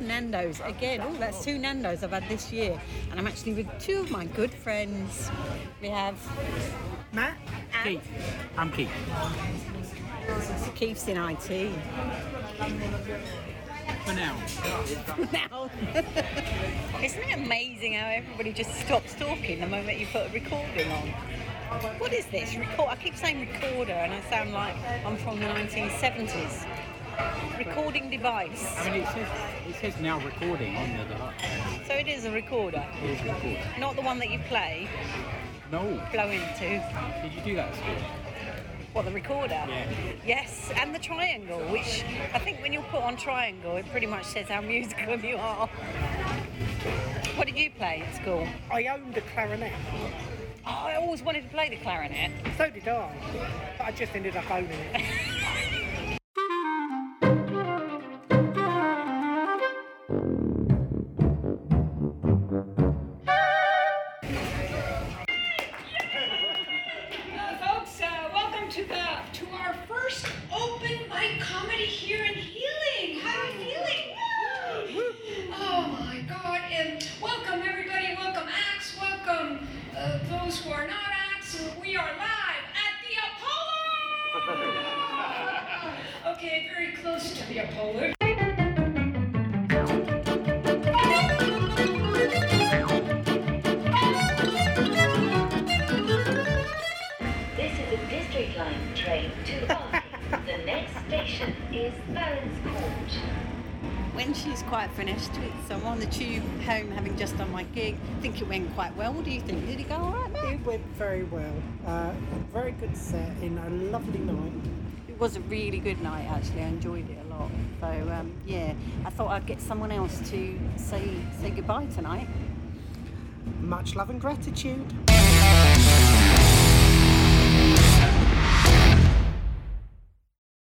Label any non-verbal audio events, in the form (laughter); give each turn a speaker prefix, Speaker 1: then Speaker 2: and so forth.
Speaker 1: Nando's again. Oh, that's two Nando's I've had this year, and I'm actually with two of my good friends. We have
Speaker 2: Matt?
Speaker 1: And-
Speaker 2: Keith. I'm Keith.
Speaker 1: Keith's in IT
Speaker 2: For now.
Speaker 1: (laughs) now. (laughs) Isn't it amazing how everybody just stops talking the moment you put a recording on? What is this? Record? I keep saying recorder, and I sound like I'm from the 1970s. Recording device.
Speaker 2: I mean, it says, it says now recording on the other
Speaker 1: So it is a recorder,
Speaker 2: It is recording.
Speaker 1: not the one that you play,
Speaker 2: No.
Speaker 1: blow into.
Speaker 2: Did you do that at
Speaker 1: What the recorder?
Speaker 2: Yeah.
Speaker 1: Yes, and the triangle, which I think when you put on triangle, it pretty much says how musical (laughs) you are. What did you play at school?
Speaker 3: I owned a clarinet.
Speaker 1: Oh, I always wanted to play the clarinet.
Speaker 3: So did I. But I just ended up owning it.
Speaker 4: Hello, folks. Uh, welcome to the to our first open mic comedy here in Healing. How are Healing? Woo! Oh my God! And welcome everybody. Welcome Axe. Welcome uh, those who are not Axe. We are live at the Apollo. okay, very close to the Apollo.
Speaker 5: This is a district line train to Barking. the next station is Barons Court.
Speaker 1: When she's quite finished, so I'm on the tube home having just done my gig. I think it went quite well. What do you think? Did it go all right, Matt?
Speaker 3: It went very well. Uh, very good set in a lovely night.
Speaker 1: It was a really good night, actually. I enjoyed it a lot. So, um, yeah, I thought I'd get someone else to say say goodbye tonight.
Speaker 3: Much love and gratitude.